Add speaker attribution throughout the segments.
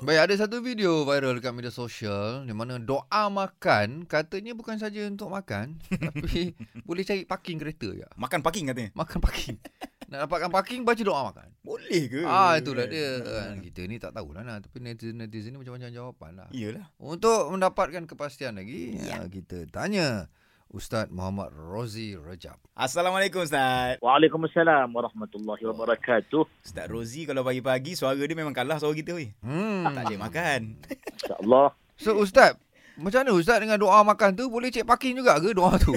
Speaker 1: Baik, ada satu video viral dekat media sosial di mana doa makan katanya bukan saja untuk makan tapi boleh cari parking kereta je.
Speaker 2: Makan parking katanya.
Speaker 1: Makan parking. Nak dapatkan parking baca doa makan.
Speaker 2: Boleh ke?
Speaker 1: Ah itulah dia.
Speaker 2: eh,
Speaker 1: Kan, Kita ni tak tahulah nah tapi netizen-netizen ni macam-macam jawapan lah.
Speaker 2: Iyalah.
Speaker 1: Untuk mendapatkan kepastian lagi ya. kita tanya Ustaz Muhammad Rozi Rajab.
Speaker 2: Assalamualaikum Ustaz.
Speaker 3: Waalaikumsalam warahmatullahi wabarakatuh.
Speaker 2: Ustaz Rozi kalau pagi-pagi suara dia memang kalah suara kita weh. Tak
Speaker 1: Hmm.
Speaker 2: boleh makan.
Speaker 3: Insya-Allah.
Speaker 1: So Ustaz, macam mana Ustaz dengan doa makan tu boleh cek parking juga ke doa tu?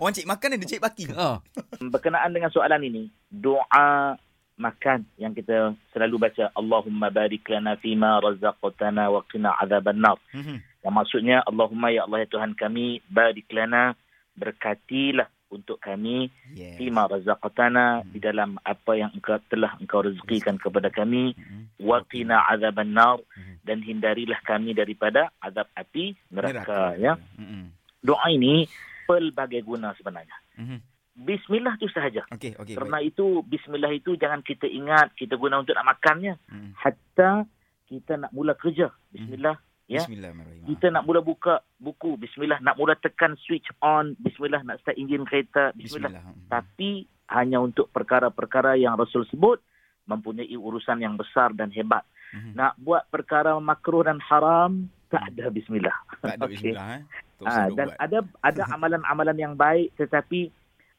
Speaker 2: Orang cik makan dia cik parking.
Speaker 1: ha.
Speaker 3: Berkenaan dengan soalan ini, doa makan yang kita selalu baca Allahumma barik lana fima razaqtana wa qina adzabannar.
Speaker 2: Mhm.
Speaker 3: Yang maksudnya Allahumma ya Allah ya Tuhan kami barik lana berkatilah untuk kami
Speaker 2: Yes.
Speaker 3: fima razaqtana di dalam apa yang engkau telah engkau rezekikan kepada kami
Speaker 2: Mhm.
Speaker 3: wa qina adzabannar
Speaker 2: Mhm.
Speaker 3: dan hindarilah kami daripada azab api neraka, neraka. ya.
Speaker 2: Mhm.
Speaker 3: doa ini pelbagai guna sebenarnya.
Speaker 2: Mhm.
Speaker 3: Bismillah tu sahaja.
Speaker 2: Okey, okey.
Speaker 3: Karena itu bismillah itu jangan kita ingat kita guna untuk nak makannya.
Speaker 2: baik. Mhm.
Speaker 3: Hatta kita nak mula kerja. Bismillah. Ya.
Speaker 2: Bismillahirrahmanirrahim.
Speaker 3: Kita nak mula buka buku. Bismillah. Nak mula tekan switch on. Bismillah. Nak start enjin kereta. Bismillah.
Speaker 2: Bismillah. Mhm.
Speaker 3: Tapi hanya untuk perkara-perkara yang Rasul sebut mempunyai urusan yang besar dan hebat.
Speaker 2: Mhm.
Speaker 3: Nak buat perkara makruh dan haram tak ada bismillah.
Speaker 2: Tak ada
Speaker 3: Okey.
Speaker 2: bismillah eh. Tak usah
Speaker 3: Ah,
Speaker 2: duk
Speaker 3: dan
Speaker 2: buat.
Speaker 3: ada ada amalan-amalan yang baik tetapi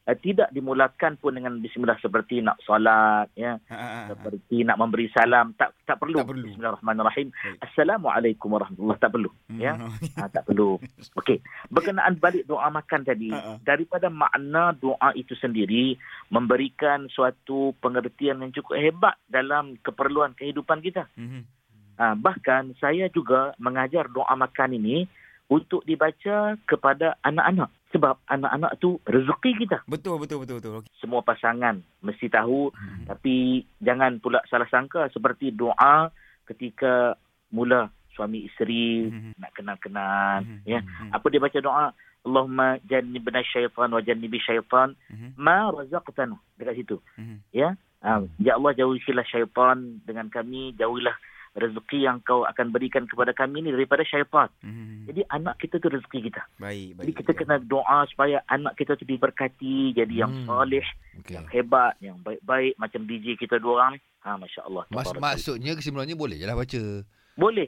Speaker 3: uh, tidak dimulakan pun dengan bismillah seperti nak solat ya
Speaker 2: Ha, ha, ha.
Speaker 3: seperti nak memberi salam tak tak perlu,
Speaker 2: Tak perlu.
Speaker 3: bismillahirrahmanirrahim
Speaker 2: Baik.
Speaker 3: assalamualaikum warahmatullahi tak perlu
Speaker 2: Mhm.
Speaker 3: ya. ha, tak perlu okey berkenaan balik doa makan tadi
Speaker 2: Ha, ha.
Speaker 3: daripada makna doa itu sendiri memberikan suatu pengertian yang cukup hebat dalam keperluan kehidupan kita
Speaker 2: Mhm.
Speaker 3: Ha, bahkan saya juga mengajar doa makan ini untuk dibaca kepada anak-anak. Sebab anak-anak tu rezeki kita.
Speaker 2: Betul betul betul betul. Okey.
Speaker 3: Semua pasangan mesti tahu.
Speaker 2: Mhm.
Speaker 3: Tapi jangan pula salah sangka seperti doa ketika mula suami isteri
Speaker 2: Mhm.
Speaker 3: nak kenal-kenal.
Speaker 2: Mhm.
Speaker 3: Ya.
Speaker 2: Mhm.
Speaker 3: Apa dia baca doa? Allahumma jannibna syaitan wa jannibi syaitan
Speaker 2: Mhm.
Speaker 3: ma razaqtana. Dekat situ.
Speaker 2: Mhm.
Speaker 3: Ha, ya Allah jauhilah syaitan dengan kami, jauhilah rezeki yang kau akan berikan kepada kami ni daripada syaitan.
Speaker 2: Mhm.
Speaker 3: Jadi anak kita tu rezeki kita.
Speaker 2: Baik baik.
Speaker 3: Jadi kita kena doa supaya anak kita tu diberkati, jadi yang
Speaker 1: Hmm.
Speaker 3: soleh,
Speaker 1: Okey.
Speaker 3: yang hebat, yang baik-baik macam DJ kita dua orang ni. Ha masya-Allah.
Speaker 1: Mas,
Speaker 3: Tabarakallah.
Speaker 1: maksudnya kesimpulannya boleh je lah baca.
Speaker 3: Boleh.